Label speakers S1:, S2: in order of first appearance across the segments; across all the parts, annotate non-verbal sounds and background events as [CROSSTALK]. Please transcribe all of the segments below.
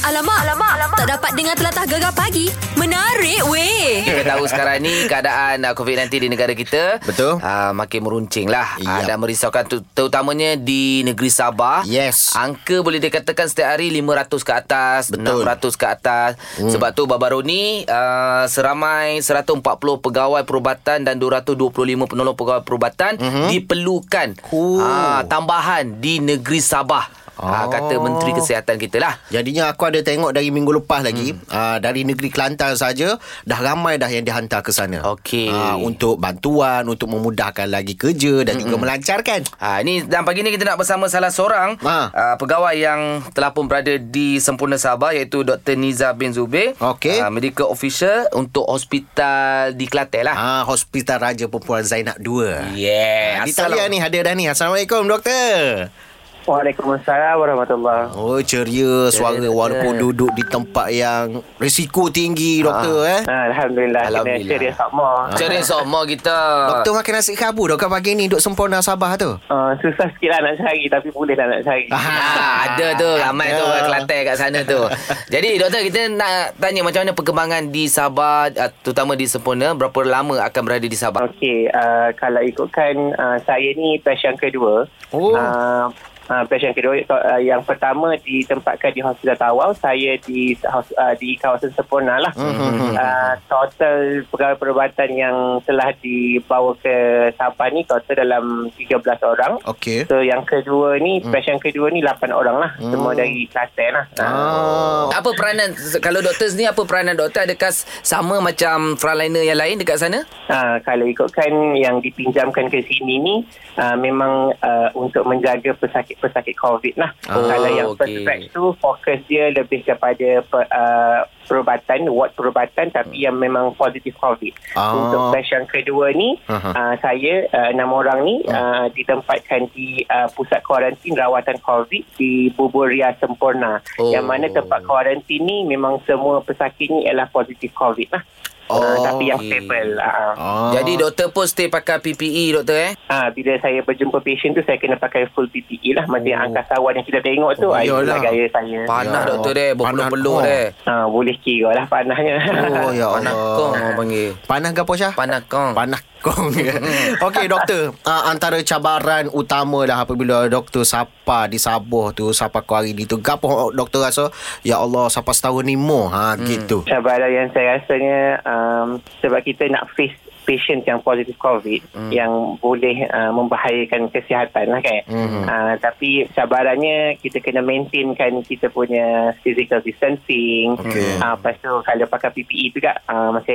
S1: Alamak, alamak, alamak. Tak dapat dengar telatah gegar pagi. Menarik weh.
S2: Kita tahu sekarang ni keadaan uh, COVID-19 di negara kita
S3: Betul.
S2: uh, Makin meruncing lah yep. uh,
S3: Yap.
S2: Dan merisaukan tu, terutamanya di negeri Sabah
S3: Yes.
S2: Angka boleh dikatakan setiap hari 500 ke atas
S3: Betul.
S2: 600 ke atas hmm. Sebab tu baru-baru ni uh, Seramai 140 pegawai perubatan Dan 225 penolong pegawai perubatan mm-hmm.
S3: Mhm.
S2: Diperlukan
S3: Ooh.
S2: uh, tambahan di negeri Sabah oh. uh, Kata Menteri Kesihatan kita lah
S3: Jadinya aku ada tengok dari minggu lepas lagi hmm. uh, dari negeri Kelantan saja dah ramai dah yang dihantar ke sana.
S2: Okey.
S3: Ah, untuk bantuan, untuk memudahkan lagi kerja dan hmm. juga melancarkan.
S2: Ha, ini dan pagi ni kita nak bersama salah seorang ha.
S3: Ha.
S2: uh, pegawai yang telah pun berada di Sempurna Sabah iaitu Dr. Niza bin Zubir.
S3: Okey.
S2: Ah, medical officer untuk hospital di Kelantan lah. Ha.
S3: Ah, Hospital Raja Perempuan Zainab 2.
S2: Yeah.
S3: Ha, Di talian ni ada dah ni. Assalamualaikum doktor.
S4: Waalaikumsalam warahmatullahi
S3: Oh ceria suara
S2: doktor.
S3: walaupun duduk di tempat yang
S2: Ah,
S3: risiko tinggi doktor eh.
S4: Ha, Alhamdulillah Kena
S2: Alhamdulillah.
S4: ceria sama
S3: Ah.
S2: Cari semua kita.
S3: Ha. Doktor makan nasi kabur doktor pagi ni duduk sempurna Sabah tu.
S4: uh, Susah sikit lah nak cari Tapi boleh lah nak cari
S3: Ah.
S2: Ha, ada tu ramai tu orang
S3: Ada.
S2: Kelantan kat sana tu. Jadi doktor kita nak tanya macam mana perkembangan di Sabah ah, terutama di Sempurna berapa lama akan berada di Sabah?
S4: Okey, uh, kalau ikutkan uh, saya ni pasien kedua.
S3: Oh.
S4: Uh, uh, pasien kedua uh, yang pertama ditempatkan di Hospital Tawau, saya di hos- uh, di kawasan Sempurna lah.
S3: Hmm,
S4: Mm-hmm. Uh, total pegawai perubatan yang telah dibawa ke Sabah ni total dalam 13 orang.
S3: Okey. Hmm.
S4: So yang kedua ni, pasien kedua ni 8 orang lah. Semua dari Kelantan lah.
S3: Ah.
S2: Apa peranan kalau doktor ni apa peranan doktor adakah s- sama macam frontliner yang lain dekat sana?
S4: Uh, kalau ikutkan yang dipinjamkan ke sini ni uh, memang uh, untuk menjaga pesakit-pesakit COVID lah.
S3: Ah,
S2: Oh,
S4: kalau yang
S2: okey.
S4: okay. first batch tu fokus dia lebih kepada per, uh, perubatan, ward perubatan tapi yang memang positif COVID.
S3: Ah.
S4: Untuk batch yang kedua ni
S3: Aha. Ah.
S4: uh, saya uh, enam orang ni uh, ditempatkan di uh, pusat kuarantin rawatan COVID di Buburia Sempurna.
S2: Oh.
S4: Yang mana tempat kuarantin ni memang semua pesakit ni ialah positif COVID lah.
S3: Oh,
S4: uh, tapi yang
S2: okey.
S4: stable. Uh.
S3: Ah.
S2: Jadi doktor pun stay pakai PPE doktor eh?
S4: Ah, bila saya berjumpa patient tu saya kena pakai full PPE lah macam yang angkasawan yang kita tengok tu
S3: Oh,
S4: oh, itulah
S3: iyalah.
S4: gaya saya
S2: Panas
S3: Ya.
S2: doktor dia, berpeluh-peluh
S3: Panas.
S2: dia.
S4: ah, boleh kira lah panahnya
S3: Oh
S2: [LAUGHS]
S3: ya
S2: Panas kong
S3: Allah.
S2: orang panggil.
S3: Panas ke apa Syah?
S2: Panas kong.
S3: Panah kong [LAUGHS] Okey doktor uh, Antara cabaran utama lah Apabila doktor Sapa di Sabah tu Sapa Kuari di tu Gapo doktor rasa Ya Allah Sapa setahun ni mo ha, hmm. Gitu
S4: cabaran yang saya rasanya um, sebab kita nak face patient yang positif COVID
S3: Hmm.
S4: yang boleh uh, membahayakan kesihatan lah kan.
S3: Hmm.
S4: Uh, tapi cabarannya kita kena maintainkan kita punya physical distancing.
S3: Okey.
S4: Uh, lepas tu kalau pakai PPE juga uh, macam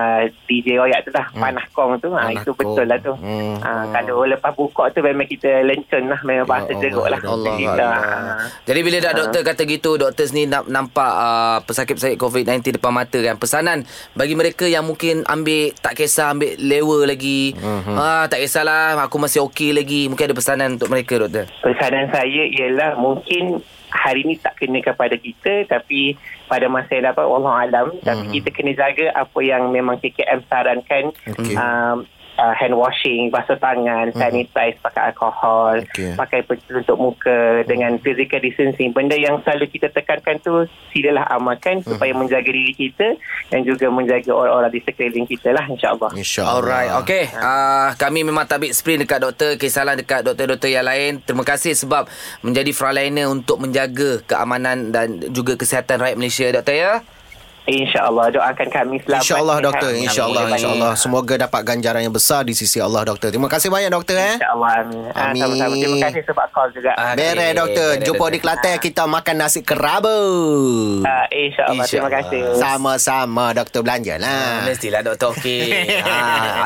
S4: uh, DJ Royak tu lah panah kong tu uh,
S3: Hmm. Panah
S4: itu
S3: kong.
S4: betul lah tu.
S3: Hmm. Ya
S4: Uh, kalau lepas buka tu memang kita lencun lah memang bahasa
S3: Allah,
S4: jeruk lah.
S2: Allah
S3: Ya.
S4: kita, ah,
S2: Allah. Jadi bila dah doktor kata gitu, doktor ni nak nampak uh, pesakit-pesakit COVID-19 depan mata kan. Pesanan bagi mereka yang mungkin ambil tak kisah ambil lewa lagi.
S3: Mhm.
S2: Mm-hmm. Ah tak kisahlah aku masih okey lagi. Mungkin ada pesanan untuk mereka doktor.
S4: Pesanan saya ialah mungkin hari ni tak kena kepada kita tapi pada masa yang dapat Allah alam tapi
S3: Hmm.
S4: kita kena jaga apa yang memang KKM sarankan
S3: Okey. Hmm.
S4: um, uh, hand washing basuh tangan sanitize pakai alkohol
S3: Okey. Hmm.
S4: pakai penutup muka dengan physical distancing benda yang selalu kita tekankan tu silalah amalkan
S3: Hmm.
S4: supaya menjaga diri kita dan juga menjaga orang-orang di sekeliling kita lah insyaallah
S3: InsyaAllah
S2: Alright, okay. Uh, kami memang tabik sprint dekat doktor, kisalan dekat doktor-doktor yang lain. Terima kasih sebab menjadi frontliner untuk menjaga keamanan dan juga kesihatan rakyat Malaysia, doktor ya.
S4: insyaallah doakan kami selamat
S3: InsyaAllah doktor
S4: sihat.
S3: InsyaAllah
S4: Amin.
S3: InsyaAllah Semoga dapat ganjaran yang besar Di sisi Allah doktor Terima kasih banyak doktor eh
S4: InsyaAllah amin. Ah,
S3: Amin.
S4: Sama-sama. Terima kasih sebab call juga.
S2: Ah,
S4: Ah,
S3: Beres doktor
S2: Beres,
S3: Jumpa
S2: doktor.
S3: di Kelantan Kita makan nasi kerabu
S4: InsyaAllah. Ah, Terima
S2: Insya
S4: kasih.
S3: Sama-sama doktor belanja lah
S2: Ah. Mestilah Dr. [LAUGHS] Okey. ha,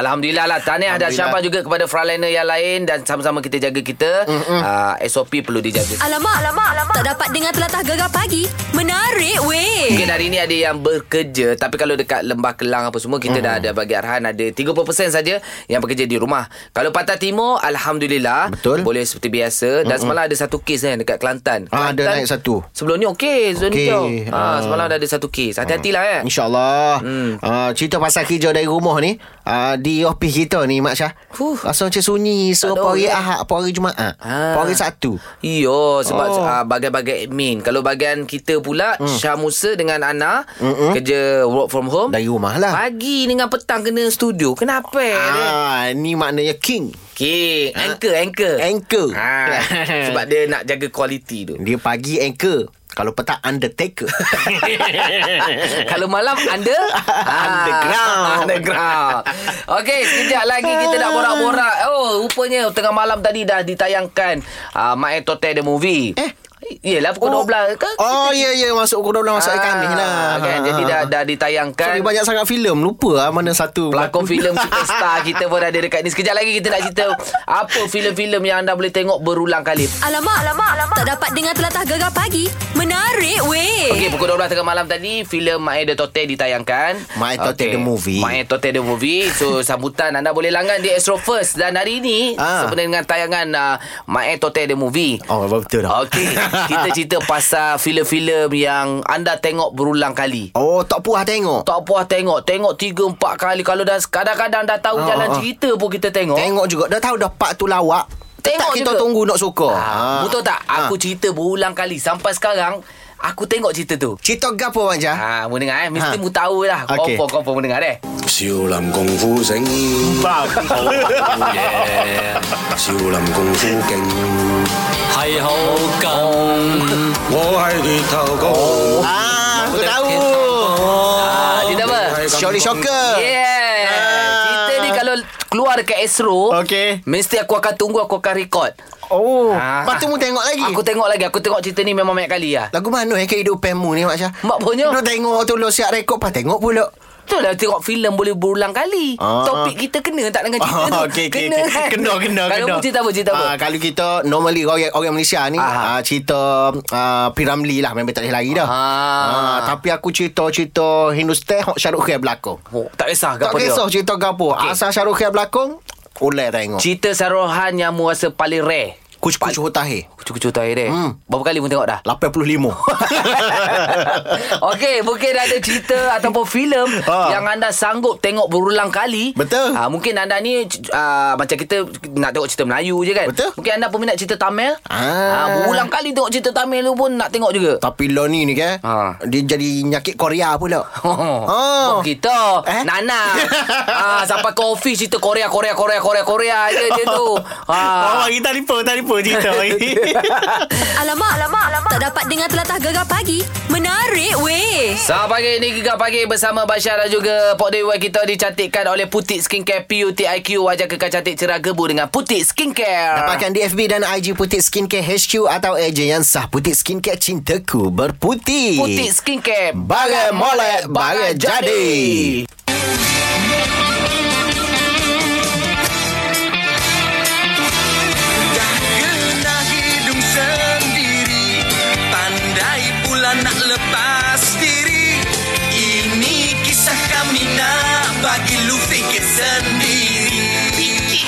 S2: Alhamdulillah lah. Tahniah dan
S3: Alhamdulillah.
S2: syabas juga kepada frontliner yang lain. Dan sama-sama kita jaga kita. Uh, SOP perlu dijaga.
S1: Alamak, alamak, alamak. Tak dapat dengar telatah gegar pagi. Menarik weh.
S2: Mungkin hari ni ada yang bekerja tapi kalau dekat Lembah Kelang apa semua kita
S3: Hmm.
S2: dah ada bagi arahan ada 30% saja yang bekerja di rumah. Kalau Pantai Timur alhamdulillah
S3: Betul.
S2: boleh seperti biasa dan semalam ada satu kes kan dekat Kelantan.
S3: Ah, ada
S2: Kelantan
S3: naik satu.
S2: Sebelum ni okey zon
S3: Okey.
S2: hijau.
S3: Ah. Hmm.
S2: Ah semalam dah ada satu kes. Hati-hatilah eh.
S3: [LAUGHS] InsyaAllah hmm. uh, Cerita pasal kerja dari rumah ni uh, Di ofis kita ni Mak Syah
S2: Huh.
S3: Rasa macam sunyi So
S2: ada
S3: pagi
S2: orang.
S3: Ahad Pagi Jumaat
S2: Ah.
S3: Pagi Sabtu
S2: Iyo sebab
S3: Oh. Hmm.
S2: oh. uh, bagai-bagai admin. Kalau bagian kita pula mm. Syah Musa dengan Ana Mm-mm. kerja work from home.
S3: Dari rumah lah
S2: Pagi dengan petang kena studio. Kenapa? Ah.
S3: Ah, Ni maknanya king
S2: Okay, anchor, anchor.
S3: Anchor [LAUGHS]
S2: Ha. sebab dia nak jaga kualiti tu.
S3: Dia pagi anchor Kalau petang
S2: [LAUGHS]
S3: undertaker
S2: Kalau malam under
S3: Underground.
S2: Ah, Underground Okay sekejap lagi kita nak borak-borak Oh rupanya tengah malam tadi dah ditayangkan uh, My Tote The Movie
S3: Eh?
S2: Yelah pukul oh.
S3: Oh.
S2: 12 kan?
S3: Oh ya ya Masuk kodok dalam Masuk ah, kami lah
S2: kan? Jadi dah, dah ditayangkan
S3: Sorry banyak sangat filem Lupa lah mana satu
S2: Pelakon
S3: [LAUGHS]
S2: filem superstar kita pun ada dekat ni Sekejap lagi kita nak cerita Apa filem-filem yang anda boleh tengok berulang kali
S1: Alamak, alamak, alamak. Tak dapat dengar telatah gegar pagi. Menarik weh.
S3: Eh.
S2: Okey, pukul 12 tengah malam tadi filem Mae de Tote ditayangkan.
S3: Mae Tote
S2: Okey,
S3: the Movie.
S2: Mae Tote the Movie.
S3: [LAUGHS]
S2: So sambutan anda boleh langgan di Astro First dan hari ini
S3: Ah.
S2: ah. sebenarnya dengan tayangan uh, Mae Tote the Movie.
S3: Oh betul dah [LAUGHS]
S2: Okey, kita cerita pasal filem-filem yang anda tengok berulang kali.
S3: Oh tak puas tengok
S2: Tak puas tengok, tengok 3 4 kali kalau dah kadang-kadang dah tahu
S3: Ah,
S2: jalan
S3: ah.
S2: cerita pun kita tengok.
S3: Tengok juga Dah tahu dah part tu lawak Tetap
S2: Tengok
S3: kita
S2: juga.
S3: tunggu nak suka
S2: Ah, betul tak?
S3: Ah.
S2: Aku cerita berulang kali sampai sekarang aku tengok cerita tu.
S3: Cerita gapo Mak Jah
S2: Ha, mu dengar eh. Mesti
S3: Ha.
S2: ha. mu tahu lah. Okay.
S3: Okey.
S2: Confirm, confirm mu dengar eh.
S5: 少林功夫醒，爆嘢！少林功夫勁，
S6: 係好咁。
S5: 我係鐵頭功。
S3: Ah, Aku tahu
S2: Ah, cerita apa?
S3: Syoli Shocker
S2: Yeah. Cerita ni kalau keluar dekat Astro,
S3: Okey.
S2: mesti aku akan tunggu, aku akan record.
S3: Oh
S2: Ah.
S3: Lepas tu mu tengok lagi
S2: Aku tengok lagi. Aku tengok cerita ni memang banyak kali lah.
S3: Lagu mana eh kehidupan mu ni Mak Syah
S2: Mak punya.
S3: Lu tengok tu Lu siap rekod Pas tengok pula
S2: Betul lah tengok filem boleh berulang kali.
S3: Ah.
S2: Topik kita [LAUGHS] kena tak dengan cerita tu.
S3: [LAUGHS] Oh, okey, okey,
S2: kena
S3: okey.
S2: kan?
S3: Kena kena
S2: Kalau
S3: kena.
S2: mu cerita apa cerita apa?
S3: Ah, kalau kita normally orang orang Malaysia ni ah.
S2: Ah.
S3: cerita ah, Piramli lah memang tak boleh lari dah.
S2: Ah.
S3: Ah, tapi aku cerita-cerita Hindustan hok Syarul Khair berlakon.
S2: Oh, tak kisah ke apa
S3: Tak
S2: dia.
S3: kisah cerita gapo.
S2: Okey.
S3: Okay. Asal Syarul Khair berlakon, oleh tengok.
S2: Cerita Sarohan yang mu rasa paling rare.
S3: Kucu-kucu hutahir.
S2: Kucu-kucu terakhir dia.
S3: Hmm.
S2: Berapa kali mu tengok dah? [LAUGHS]
S3: 85.
S2: Okey, mungkin ada cerita ataupun filem
S3: Ah.
S2: yang anda sanggup tengok berulang kali.
S3: Betul.
S2: Ah, mungkin anda ni ah, macam kita nak tengok cerita Melayu je kan.
S3: Betul.
S2: Mungkin anda peminat cerita Tamil. Ha,
S3: Ah.
S2: berulang kali tengok cerita Tamil tu pun nak tengok juga. [LAUGHS]
S3: Tapi lo ni ni kan
S2: Ah.
S3: Dia jadi nyakit Korea pula
S2: Oh, kita eh?
S3: Eh? [LAUGHS]
S2: Nana ah, Sampai ke office Cerita Korea Korea Korea Korea Korea je dia
S3: [LAUGHS]
S2: tu [LAUGHS] ah.
S3: kita telefon Telefon cerita [LAUGHS]
S1: Alamak, alamak, alamak. Tak dapat dengar telatah gegar pagi. Menarik weh.
S2: Selamat pagi ni Gegar Pagi bersama Bashar dan juga Pok Dewa kita dicantikkan oleh Putik Skincare PUTIQ Wajah kekal cantik cerah gebu dengan Putik Skincare
S3: Dapatkan di FB dan IG Putih Skincare HQ Atau ejen yang sah Putih Skincare Cintaku Berputih
S2: Putik Skincare
S3: Bagai molek Bagai jadi
S7: Kena hidung sendiri Pandai pula nak lepas diri Ini kisah kami nak bagi lu fikir sendiri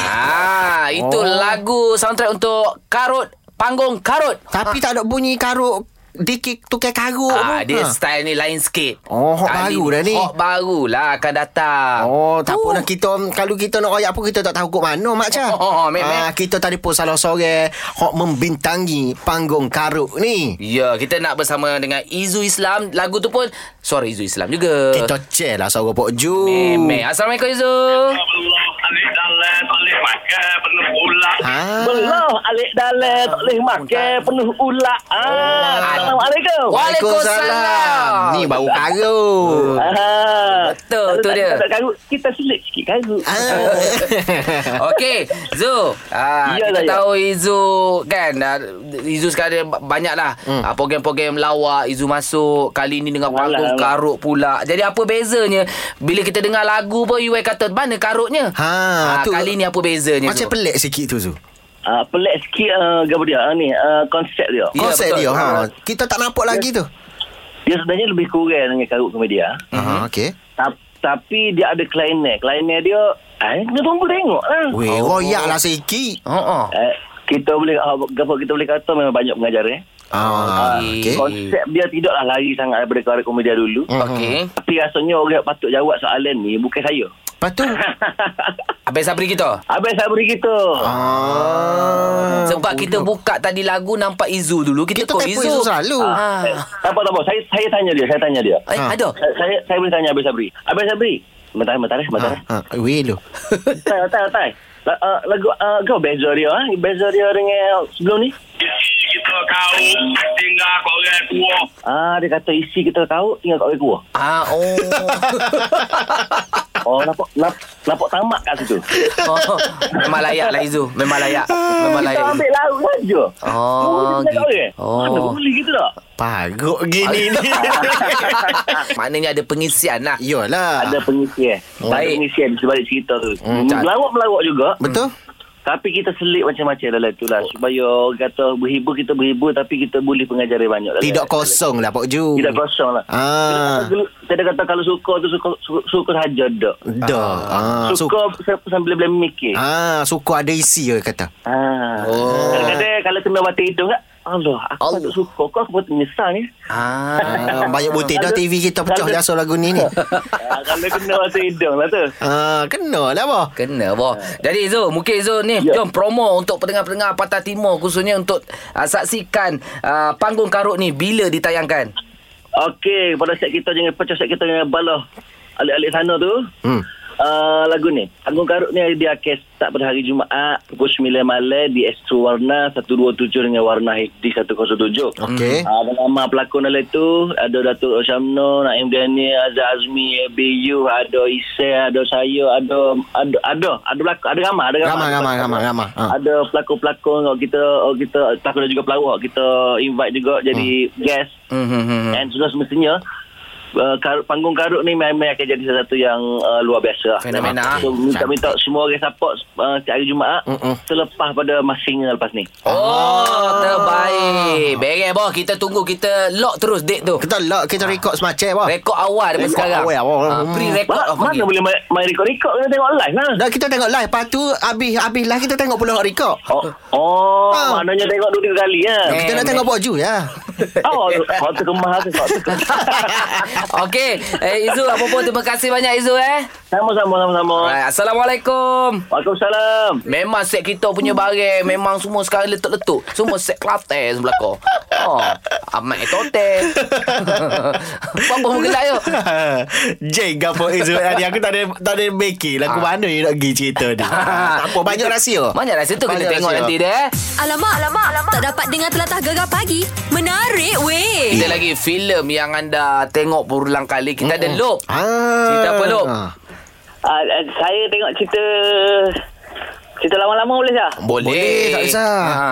S2: Ah, Itu
S3: Oh.
S2: lagu soundtrack untuk Karut Panggung Karut
S3: Tapi tak ada bunyi karuk Dikik tukar karuk
S2: Ah,
S3: pun.
S2: dia
S3: Ha.
S2: style ni lain sikit
S3: Oh, hot
S2: Kali
S3: baru dah ni.
S2: Hot baru lah akan datang
S3: Oh, tak apa dah kita kalau kita nak royak pun kita tak tahu kok mana Mak Cha.
S2: [LAUGHS] Oh, oh, meh, meh.
S3: Ah, kita tadi pun salah sore hok membintangi panggung karuk ni.
S2: Ya, kita nak bersama dengan Izu Islam. Lagu tu pun suara Izu Islam juga.
S3: Kita cek lah suara Pok Ju.
S2: Memeh. Assalamualaikum Izu.
S8: Allah alik dalam tak boleh makan penuh ulak.
S3: Ah.
S4: Belah alik dalam tak boleh makan penuh ulat. Ah, Assalamualaikum.
S2: Waalaikumsalam.
S3: Ni baru karuk.
S4: Ah,
S2: Betul,
S4: kalau
S2: tu
S4: tak-
S2: dia.
S4: kalau tak karut, kita selit sikit karut.
S2: [LAUGHS]
S3: Ah.
S2: Okey, Zu. Ah,
S4: Ya
S2: kita
S4: lah, ya.
S2: tahu Izu kan ah, Izu sekarang dia banyaklah hmm. ah, program-program lawak Izu masuk kali ni dengan panggung
S4: Alah, alah.
S2: karut pula. Jadi apa bezanya bila kita dengar lagu pun you kata mana karutnya?
S3: Ha,
S2: Ah,
S3: tu.
S2: kali ni apa bezanya? Zu?
S3: Macam pelik sikit tu Zu.
S4: Ah, pelik sikit uh, gapo dia ah, ni ah, konsep dia.
S2: Ya,
S3: Konsep
S2: betul.
S3: dia ha. Kita tak nampak lagi tu.
S4: Dia sebenarnya lebih kurang dengan karut komedia.
S2: Mhm.
S3: Aha, Ah, okey.
S4: Ta- tapi dia ada klainet. Klainet dia, eh, kenapa pun tengok lah.
S3: Weh,
S2: Oh.
S3: royak lah sikit. Ha ah.
S4: Eh, kita boleh, ah, apa kita boleh kata memang banyak pengajar eh.
S3: Ah, okey.
S4: Konsep dia tidaklah lari sangat daripada karya komedia dulu.
S2: Hmm.
S3: Hmm.
S2: Okey.
S4: Tapi rasanya orang yang patut jawab soalan ni bukan saya. [LAUGHS]
S3: Lepas tu
S2: Abang Sabri kita.
S4: Abang Sabri kita.
S3: ah,
S2: Sebab kita buka tadi lagu nampak Izu dulu. Kita,
S3: kita
S2: call
S3: typo itu selalu.
S2: Ah.
S4: Eh, tak apa, tak apa. Saya, saya tanya dia. Saya tanya dia.
S2: Eh,
S3: Ah.
S2: ada.
S4: Saya, saya, saya boleh tanya Abang Sabri. Abang Sabri. Bentar, bentar, eh, bentar.
S2: Ah.
S3: Ha, ha, weh lu.
S4: Tak, tak, tak. La- uh, lagu uh, kau beza dia eh? Beza dia dengan sebelum ni
S8: Isi kita kau tinggal korang tua.
S4: Ah, dia kata isi kita tahu tinggal kat orang gua.
S2: Ah, oh. [LAUGHS]
S4: Oh, nampak nap, nampak tamak kat situ.
S2: oh. Memang layak lah Izu. Memang layak.
S3: Ah,
S2: Memang
S4: Kita
S2: layak. Izu.
S4: ambil laut saja.
S2: Oh, gitu. Oh.
S4: Oh. Mana boleh gitu tak?
S3: Paruk gini [LAUGHS] ni.
S2: [LAUGHS] Maknanya ada pengisian lah.
S3: Yolah.
S4: Ada pengisian.
S2: Oh.
S4: Ada
S2: Baik.
S4: pengisian di sebalik cerita tu.
S2: Hmm, tak-
S4: Melawak-melawak juga.
S3: Betul?
S4: Tapi kita selit macam-macam dalam tu lah. Supaya orang kata berhibur, kita berhibur. Tapi kita boleh pengajaran banyak. Dalam
S3: Tidak kosong lah Pak Ju.
S4: Tidak kosong lah.
S3: Ah.
S4: Kita kata kalau suka tu suka, suka, suka sahaja tak.
S3: Dah. Ah, suka.
S4: Suka sambil boleh mikir.
S3: Ah, suka ada isi ke kata.
S4: Ah.
S2: Oh.
S4: Kadang-kadang kalau kena mata hidung kan, Allah, aku
S2: Allah.
S4: Allah. tak suka. Kau aku patut menyesal ni.
S2: Ah.
S3: Ah, banyak butir dah TV kita pecah dah so lagu ni ni.
S4: ah, kalau kena mata hidung lah tu.
S3: Ah, kena lah bah.
S2: Kena boh. Jadi Izu, mungkin Izu ni yeah.
S4: Ya.
S2: jom promo untuk pendengar-pendengar Patah Timur khususnya untuk uh, saksikan uh, panggung karut ni bila ditayangkan.
S4: Okey, pada set kita jangan pecah set kita dengan bala. Alik-alik sana tu.
S3: Hmm.
S4: Uh, lagu ni Anggun Karut ni dia akan start pada hari Jumaat pukul 9 malam di Astro Warna 127 dengan Warna HD 107
S3: Okey.
S4: Ah, ada nama pelakon dalam tu ada Datuk Osamno, Naim Daniel, Azhar Azmi, BU, ada Isa, ada saya, ada ada ada ada pelakon, ada ramai, ada ramai.
S3: Ramai, ramai, ramai, ramai. Ha.
S4: Ada pelakon-pelakon orang kita orang kita pelakon dan juga pelawak kita invite juga jadi guest.
S2: Mhm.
S4: And sudah semestinya Uh, kar- panggung karut ni memang akan jadi salah satu yang uh, luar biasa lah.
S2: Fenomena.
S4: So, minta-minta semua orang support uh, setiap hari Jumaat
S3: Mm-mm.
S4: selepas pada mas single lepas ni.
S2: Oh, terbaik. Beres boh, kita tunggu kita lock terus date tu.
S3: Kita lock, kita record semacam bah.
S2: Rekod awal daripada
S3: Rekod
S2: sekarang.
S3: awal, awal.
S2: Ah, pre-record
S4: Ma-
S2: lah
S4: mana boleh main, main rekod-rekod kena tengok live lah.
S3: Dah kita tengok live, lepas tu habis habis lah kita tengok pula hak record.
S4: Oh, oh
S3: Ah.
S4: maknanya tengok dua tiga kali ya.
S2: Eh.
S3: Kita nak tengok Pak Ju [LAUGHS] ya.
S4: Oh, kau terkemah tu, kau terkemah.
S2: [LAUGHS] [LAUGHS] Okey, eh, Izu apa pun terima kasih banyak Izu eh.
S4: Sama-sama, sama-sama.
S2: Alright, Assalamualaikum.
S4: Waalaikumsalam.
S2: Memang set kita punya barang Memang semua sekarang letuk-letuk Semua set Kelantan sebelah kau Oh Amat tote [LAUGHS] Apa pun gelak yo
S3: Jeng gapo Izu tadi aku tak ada tak ada beki lagu mana you nak pergi cerita ni. Ah. [LAUGHS] tak apa banyak rahsia.
S2: Ya. Banyak rahsia tu kena
S3: Banyak
S2: tengok
S3: rahsia.
S2: nanti dia eh.
S1: Alamak, alamak, alamak. Tak dapat dengar telatah gegar pagi. Menarik weh.
S2: Kita lagi filem yang anda tengok berulang kali Kita ada loop
S3: Ah.
S2: Cerita apa, Lop?
S4: Uh, uh, saya tengok cerita... Cerita lama-lama boleh tak?
S2: Boleh,
S3: Boleh, tak kisah.
S2: ha.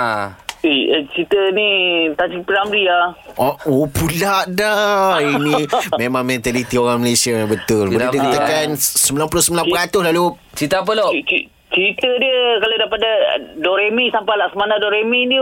S4: Eh, eh, cerita ni Tajik Piramli lah.
S3: Oh, oh pula dah Ini memang mentaliti orang Malaysia yang Betul Boleh
S2: Kenapa?
S3: dikatakan 99% lalu
S2: Cerita apa
S3: Oh.
S2: Lop?
S4: C- c- Cerita dia kalau daripada eh, Doremi sampai lah Laksamana Doremi ni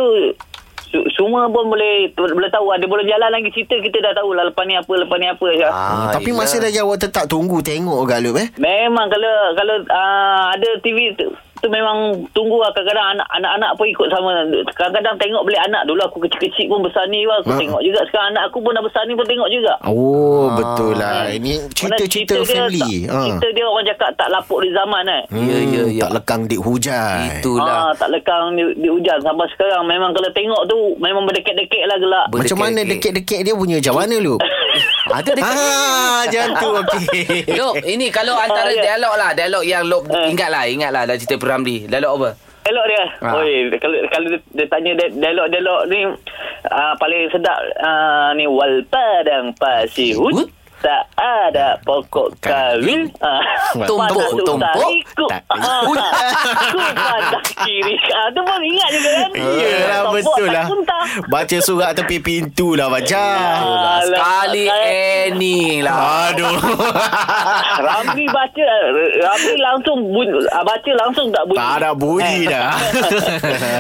S4: su- semua pun boleh boleh tahu ada boleh jalan lagi cerita kita dah tahu lah lepas ni apa lepas ni apa ya.
S3: ah, Tapi
S2: yelah.
S3: masih lagi awak tetap tunggu Tengok kat Lup eh
S4: Memang kalau kalau uh, ada TV tu, tu memang tunggu lah kadang-kadang anak- anak-anak pun ikut sama. Kadang-kadang tengok balik anak dulu aku kecil-kecil pun besar ni lah,
S3: Ha.
S4: aku tengok juga. Sekarang anak aku pun dah besar ni pun tengok juga.
S3: Oh betul lah Ini cerita-cerita
S4: Mana
S3: family
S4: Dia, tak,
S3: ha.
S4: Cerita dia orang cakap tak lapuk di zaman eh.
S2: Ya, ya,
S3: Hmm,
S2: ya.
S3: Tak lekang dik hujan
S2: Itulah
S4: Ah, tak lekang di, di hujan sampai sekarang. Memang kalau tengok tu memang berdekik-dekik lah gelak.
S2: Ber-
S3: Macam mana
S2: Berdekik-dekik.
S3: dekik-dekik dia punya Macam mana
S4: [LAUGHS]
S3: Lup
S2: Ada dekat
S3: Ah, macam tu okey.
S2: Ah, Lop, ini kalau antara
S4: Ah, ya.
S2: dialog lah Dialog yang Lop
S4: Eh.
S2: Ingatlah, ingatlah Dalam cerita Piramli Dialog apa?
S4: Dialog dia.
S2: Ah.
S4: Oi, kalau kalau dia, dia tanya dia- dialog-dialog ni Ah, uh, paling sedap uh, ni wal ah, padang pasir
S2: Hut?
S4: hut tak Pada pokok kayu ah,
S2: Tumpuk,
S4: pada tu
S2: tumpuk,
S4: tarik, Kuk
S3: tak-
S4: ah, kuk pada kiri Ah, Tu pun ingat juga kan
S3: [LAUGHS] Yelah
S4: Topok
S3: betul Ah,
S4: tak
S3: lah
S4: muntah.
S3: Baca surat tepi pintu lah baca
S2: lah.
S4: Alah,
S2: Sekali Annie lah
S3: Aduh
S4: [LAUGHS] Ramli baca Ramli langsung bunyi, ah, Baca langsung tak bunyi
S3: Tak ada
S2: Eh.
S3: bunyi
S2: [LAUGHS]
S3: dah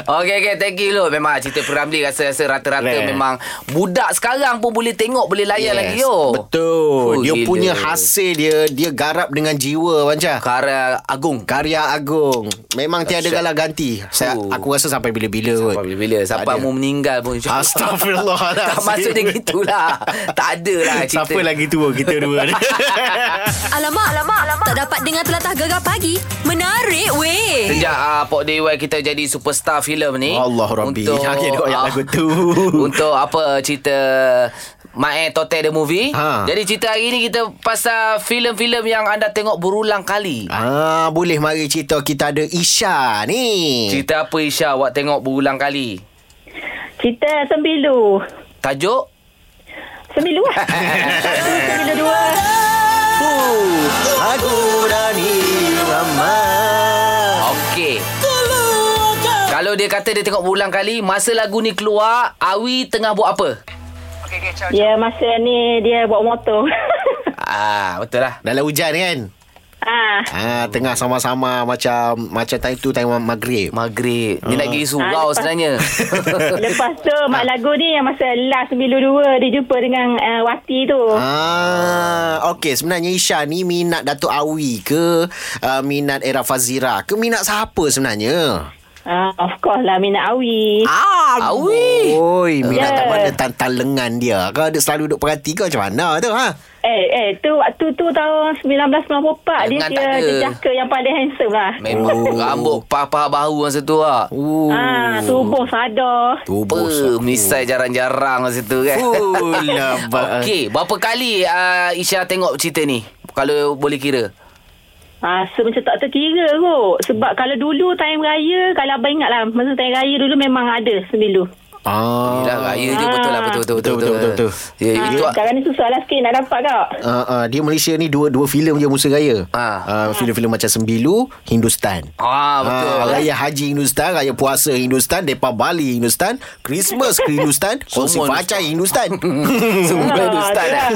S2: Okay, okay. Thank you, Lo. Memang cerita Piramli rasa-rasa rata-rata
S3: Rare.
S2: memang budak sekarang pun boleh tengok, boleh layan yes. lagi, yo.
S3: Betul
S2: Fuh,
S3: Dia
S2: gila.
S3: punya hasil dia Dia garap dengan jiwa baca
S2: Kara Agung.
S3: Karya Agung Memang tiada
S2: Dahsyat.
S3: galah ganti Saya,
S2: Fuh.
S3: Aku rasa sampai bila-bila kot
S2: Sampai bila-bila Sampai
S3: Tak ada.
S2: mu meninggal pun insyaAllah.
S3: Astaghfirullahalazim.
S2: [LAUGHS] Tak maksud dia
S3: [LAUGHS]
S2: gitulah Tak ada lah cerita
S3: Siapa lagi tua kita
S2: [LAUGHS]
S3: dua ni
S1: Alamak, alamak, alamak. Tak dapat dengar telatah gegar pagi. Menarik weh.
S2: Sejak uh, Pok Dewa kita jadi superstar filem ni
S3: Eh. Allah Rabbi. [LAUGHS] Jangan doa yang
S2: ah,
S3: lagu tu.
S2: [LAUGHS] Untuk apa cerita Mae Tote The Movie
S3: Ha.
S2: Jadi cerita hari ni kita pasal filem-filem yang anda tengok berulang kali
S3: Ah, boleh mari cerita kita ada Isha ni.
S2: Cerita apa Isha awak tengok berulang kali
S9: Cerita sembilu.
S2: Tajuk
S3: [LAUGHS]
S9: Sembilu lah.
S2: [LAUGHS]
S9: sembilu dua.
S3: Aku Rani Rama.
S2: Okey Kalau dia kata dia tengok berulang kali Masa lagu ni keluar Awi tengah buat apa?
S9: Ya, masa ni dia bawa motor. [LAUGHS]
S2: Ah, betul lah
S3: Dalam hujan kan?
S9: ah,
S3: Ah, tengah sama-sama macam macam time tu time maghrib.
S2: Maghrib Ni nak pergi surau
S9: Ah, lepas-
S2: sebenarnya
S9: lepas tu Mak Lagu ni yang masa last sembilu dua dia jumpa dengan uh, Wati tu.
S3: Ah, okey sebenarnya Isha ni minat Datuk Awi ke uh, minat Era Fazira ke minat siapa sebenarnya?
S9: Ah, of course lah Mina Awi.
S3: Ah,
S2: Awi.
S3: Oi, minat yeah.
S9: Ya.
S3: kat mana tantan lengan dia. Kau ada selalu duk perhati kau macam mana tu ha?
S9: Eh, eh, tu waktu tu tahun 1994 dia
S2: Lengan
S9: dia
S2: tak ada.
S9: jejaka yang paling handsome lah.
S2: Memang oh. rambut paha-paha bahu masa tu lah
S3: Uh,
S9: Ah, tubuh sadar.
S2: Apa Misai jarang-jarang masa tu kan [LAUGHS]
S3: [LAUGHS] Fulah, ba-
S2: Okey Berapa kali uh, Isya tengok cerita ni Kalau boleh kira
S9: Rasa macam Ha, tak terkira kot. Sebab kalau dulu time raya, kalau abang ingat lah, masa time raya dulu memang ada sembilu.
S3: Ah.
S2: Yelah raya je betul lah Betul betul betul
S3: Betul, betul, betul,
S2: Ya
S9: Ah,
S2: itu
S9: sekarang ni susah lah sikit nak dapat kak.
S3: Uh, uh, dia Malaysia ni dua dua filem je musim raya.
S2: Ah.
S3: Uh, filem-filem macam Sembilu, Hindustan.
S2: Ah betul
S3: Ah,
S2: [LAUGHS]
S3: raya Haji Hindustan, Raya Puasa Hindustan, Depa Bali Hindustan, Christmas ke
S2: [LAUGHS]
S3: Hindustan, Kongsi
S2: Semua
S3: Fajar Hindustan.
S2: [LAUGHS] Semua
S9: Ah,
S2: tu ustaz
S3: [LAUGHS]
S9: itulah.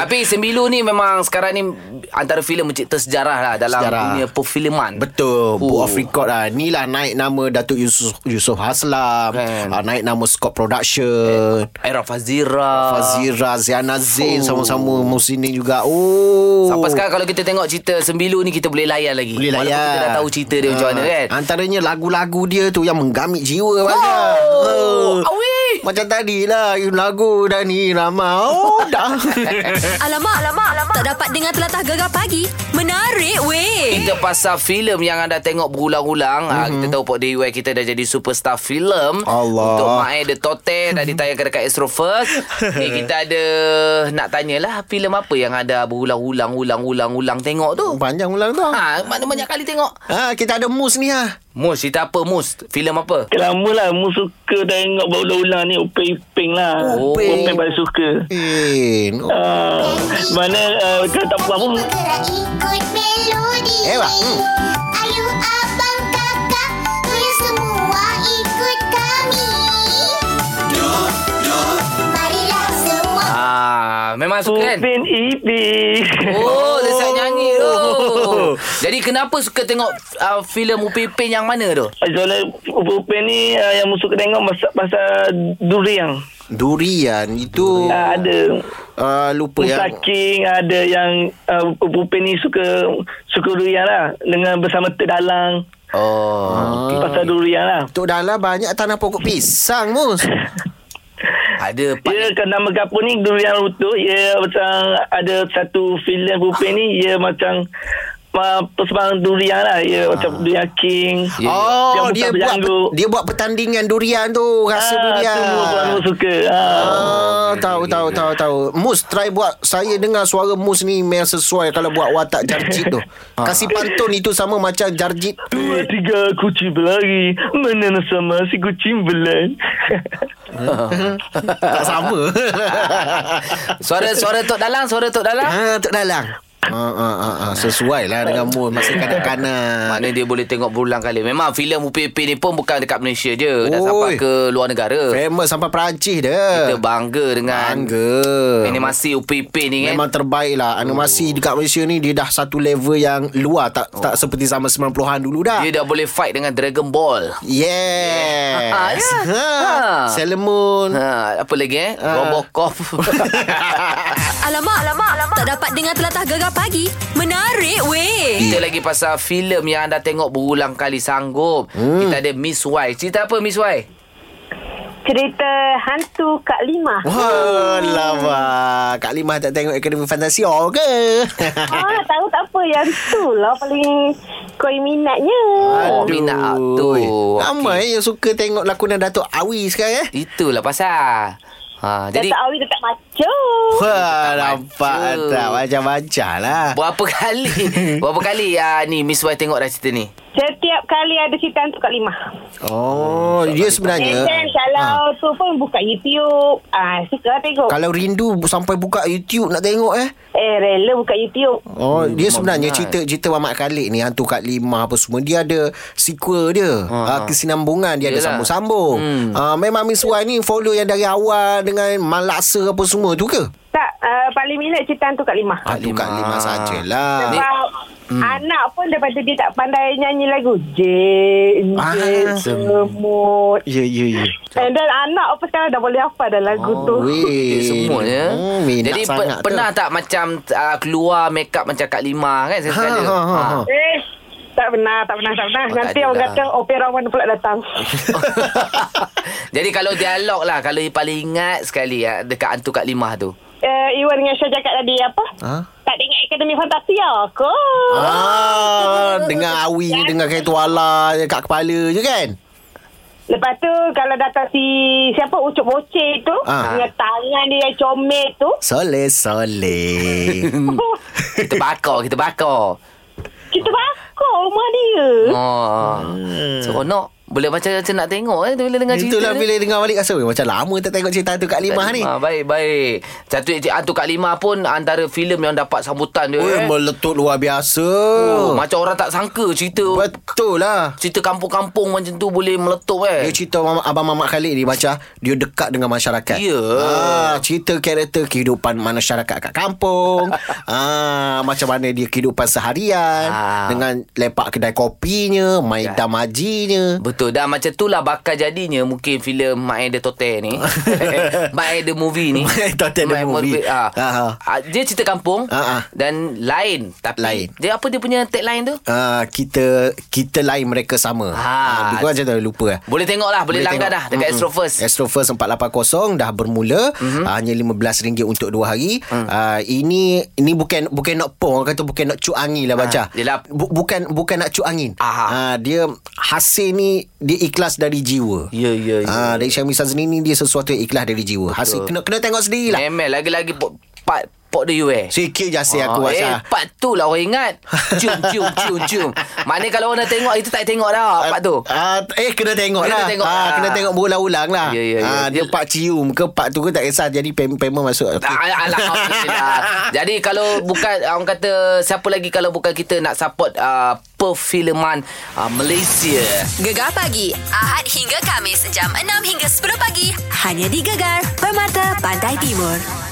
S2: Tapi Sembilu ni memang sekarang ni Antara filem mencipta sejarah lah Dalam
S3: Sejarah.
S2: dunia perfilman
S3: Betul Book
S2: Oh.
S3: of Record lah Ni lah naik nama Datuk Yusuf, Yusuf Haslam
S2: Kan.
S3: ah, Naik nama Scott Production
S2: Era Fazira
S3: Fazira Ziana
S2: Ah.
S3: Zain
S2: Oh.
S3: Sama-sama musim ni juga Oh
S2: Sampai sekarang kalau kita tengok cerita Sembilu ni kita boleh layan lagi.
S3: Boleh layan
S2: Walaupun kita dah tahu cerita dia macam mana
S3: Ah,
S2: kan.
S3: Antaranya lagu-lagu dia tu Yang menggamit jiwa banyak
S2: Oh, awi.
S3: Macam tadi lah Lagu Dani Rama Oh
S2: [LAUGHS]
S3: dah
S1: Alamak, alamak, alamak. Tak dapat dengar telatah gegar pagi. Menarik weh.
S2: Kita pasal filem yang anda tengok berulang-ulang. Mm-hmm. kita tahu Pak Dewi kita dah jadi superstar filem.
S3: Allah.
S2: Untuk Mae The Tote dah ditayangkan dekat Astro First. Ni kita ada nak tanyalah filem apa yang ada berulang-ulang ulang-ulang-ulang tengok tu.
S3: Panjang ulang tu ha.
S2: Ha, mana banyak kali tengok.
S3: Kita ada mus ni ha.
S2: Mus, cerita apa Mus? Filem apa?
S4: Lama lah Mu suka tengok berulang-ulang ni Uping Iping lah
S3: Oh.
S2: Uping.
S4: Uping paling suka
S3: Eh, no.
S4: Ah, Mana uh, Kalau tak puas pun
S10: Bergerak ikut melodi
S3: Ewa, hmm.
S10: Ayu abang kakak Boleh semua ikut kami Marilah semua
S2: Ah, memang suka kan?
S4: Uping Iping [LAUGHS]
S2: Oh, dia siap nyanyi tu. Jadi kenapa suka tengok uh, filem Upipin yang mana tu?
S4: Soalan Uping ni uh, Yang mu suka tengok Pasal, pasal durian
S3: Durian Itu
S4: Ah, Ada
S3: uh, Lupa Oh. yang
S4: Musaking Ada yang uh, Uping ni suka Suka durian lah Dengan bersama terdalang
S2: Oh,
S4: ah. Pasal durian lah
S3: Tok Dala banyak tanah pokok pisang mus
S2: ada part
S4: Ya, ke- nama kapur ni Durian Rutu. Ya, macam ada satu filem Upin ni, ya macam
S11: uh, persembahan durian lah. Ya, macam durian king.
S3: Oh,
S11: Yang
S3: dia buat
S11: berjanggut.
S3: dia buat pertandingan durian tu, rasa
S11: Ah,
S3: durian.
S11: semua orang suka.
S3: Ah, tahu tahu tahu tahu. Mus try buat. Saya dengar suara Mus ni memang sesuai kalau buat watak Jarjit tu. Kasih pantun itu sama macam Jarjit.
S11: Dua, tiga kucing berlari. Menenang sama si kucing belan.
S3: tak sama. [LAUGHS]
S2: suara suara Tok Dalang, suara Tok Dalang.
S3: Ha, Tok Dalang. Ha, ha, ha, ha. Sesuai lah dengan mood Masih kanak-kanak
S2: Maknanya dia boleh tengok berulang kali Memang filem UPP ni pun Bukan dekat Malaysia je Dah
S3: Oi.
S2: sampai ke luar negara
S3: Famous sampai Perancis dia
S2: Kita bangga dengan
S3: Bangga
S2: Animasi UPP ni kan
S3: Memang terbaik lah Animasi dekat Malaysia ni Dia dah satu level yang luar Tak tak seperti zaman 90-an dulu dah
S2: Dia dah boleh fight dengan Dragon Ball
S3: Yes
S2: Ah, ya. Ha.
S3: Sailor Moon
S2: ha, Apa lagi eh ha.
S3: Ah. [LAUGHS]
S2: Robocop [LAUGHS]
S1: Alamak, alamak, alamak. Tak dapat dengar telatah gegar pagi. Menarik, weh.
S2: Kita lagi pasal filem yang anda tengok berulang kali Sanggup hmm. Kita ada Miss Y Cerita apa Miss Y?
S12: Cerita hantu Kak Lima.
S3: Wah, lama. Kak Limah tak tengok Akademi Fantasi oh ke?
S12: Ah, tahu tak apa yang tu lah paling koi minatnya. Ah,
S2: Oh minat tu
S3: Ramai okay. yang suka tengok lakonan Datuk Awi sekarang eh.
S2: Itulah pasal ha, Jadi
S12: Datuk Awi tetap macam.
S3: Wah, nampak tak macam-macam lah.
S2: Berapa
S3: [LAUGHS]
S2: kali Berapa kali uh, ni Miss Y tengok dah cerita ni
S12: Setiap kali ada cerita hantu Kak Lima.
S3: Oh, dia
S12: Eh,
S3: sebenarnya
S12: kan, kalau
S2: Ha.
S12: tu pun buka YouTube. Ah, suka lah tengok.
S3: kalau rindu sampai buka YouTube nak tengok eh.
S12: Eh, rela buka YouTube.
S3: Oh, hmm, dia sebenarnya
S12: minat.
S3: cerita-cerita Mamat Khalid ni Hantu Kak Lima apa semua Dia ada sequel dia ha. Kesinambungan Dia ada
S2: Yelah.
S3: sambung-sambung
S2: Hmm.
S3: hmm. Memang Miss Y ni follow yang dari awal Dengan Malaksa apa semua tu ke?
S12: Tak, uh, paling minat cerita hantu Kak Lima.
S3: Hantu Kak Lima sajalah
S12: Sebab hmm. anak pun daripada dia tak pandai nyanyi lagu. Jin, jin,
S3: Ah.
S12: semut.
S3: Ya, ya, [LAUGHS] ya
S12: And then anak apa sekarang dah boleh hafal dah lagu oh, tu.
S2: Okay,
S3: Weh
S2: semuanya.
S3: hmm, Eh, minat
S2: ya. Jadi pe-
S3: sangat tu.
S2: pernah tak macam uh, keluar make up macam Kak Lima kan sekali.
S3: Ha, ha, ha.
S12: Eh, tak pernah, tak pernah, tak pernah.
S2: Oh, tak
S12: Nanti
S2: ada
S12: orang
S2: lah.
S12: kata opera mana pula datang.
S2: [LAUGHS] Jadi kalau dialog lah kalau yang paling ingat sekali ah, dekat hantu Kak Lima tu.
S12: Eh, Iwan dengan Syah cakap tadi apa?
S3: Ha?
S12: Tak dengar Akademi Fantasi lah ke?
S3: Ah, dengar awi Dengar kain tuala Kat kepala je kan
S12: Lepas tu kalau datang si siapa Ucup Bocil tu
S3: Ah.
S12: dengan tangan dia yang comel tu
S3: Soleh Soleh
S2: Kita bakar, kita
S3: [LAUGHS]
S2: bakar.
S12: [LAUGHS] kita bakar rumah dia.
S2: Oh. Seronok. Boleh macam-macam [LAUGHS] nak tengok eh bila dengar cerita.
S3: Hmm. Itulah
S2: ni.
S3: bila dengar balik rasa "Weh, Macam lama tak tengok cerita Hantu Kak Lima ni
S2: Ah, Baik, baik. Satu Hantu Kak Lima pun antara filem yang dapat sambutan dia. eh.
S3: Weh, meletup luar biasa
S2: Oh, macam orang tak sangka cerita
S3: Betul lah
S2: cerita kampung-kampung macam tu boleh meletup
S3: Dia
S2: eh.
S3: cerita Mama, Abang Mamat Khalid ni Macam dia dekat dengan masyarakat
S2: Ya.
S3: ah, Cerita karakter kehidupan masyarakat kat
S2: [LAUGHS]
S3: kampung ah, Macam mana dia kehidupan seharian
S2: Ah. Ya.
S3: Dengan lepak kedai kopinya Maidam hajinya
S2: Betul dah macam tu lah bakal jadinya mungkin filem My the Tote
S3: [LAUGHS]
S2: ni. My the movie ni.
S3: My Tote the Movie.
S2: Ah.
S3: Aha.
S2: Ah, Dia cerita kampung
S3: Ah, ah.
S2: dan lain tapi
S3: Lain.
S2: dia apa dia punya tagline tu?
S3: ah, Kita Kita lain mereka sama
S2: Ah.
S3: ah, Lebih kurang macam tu lupa lah
S2: Boleh tengok lah Boleh, boleh langgar dah
S3: tengok.
S2: Dekat
S3: Mm-mm. Eh,
S2: Astro First
S3: Astro First 480 dah bermula mm-hmm.
S2: Mhm.
S3: hanya RM15 untuk 2 hari. Mm.
S2: Hmm.
S3: Uh, ini ini bukan bukan nak pong orang kata bukan nak cuk angin lah baca.
S2: Ah, yelah.
S3: Bu- bukan bukan nak cuk angin.
S2: Aha.
S3: Uh, dia hasil ni dia ikhlas dari jiwa.
S2: Ya ya ya
S3: Ah, dari Syamisan sendiri ni dia sesuatu yang ikhlas dari jiwa. Hasil kena kena tengok sendiri lah.
S2: Memel lagi-lagi pot- Part Pot the you eh
S3: Sikit je hasil aku
S2: Eh
S3: baca.
S2: part tu lah orang ingat Cium cium cium
S3: [LAUGHS]
S2: cium Maknanya kalau orang dah tengok Itu tak tengok dah Part tu
S3: Ah, eh kena tengok
S2: Kena
S3: lah.
S2: tengok
S3: ah,
S2: lah.
S3: kena tengok berulang-ulang lah.
S2: Ya, ya, ya.
S3: Ah, dia
S2: Dia-
S3: part cium ke part tu ke tak kisah jadi payment masuk.
S2: Ah, Alhamdulillah Jadi kalau bukan Orang kata Siapa lagi kalau bukan kita Nak support uh, Perfilman uh, Malaysia
S1: Gegar pagi. Ahad hingga Kamis. Jam 6 hingga 10 pagi. Hanya di Gegar. Permata Pantai Timur.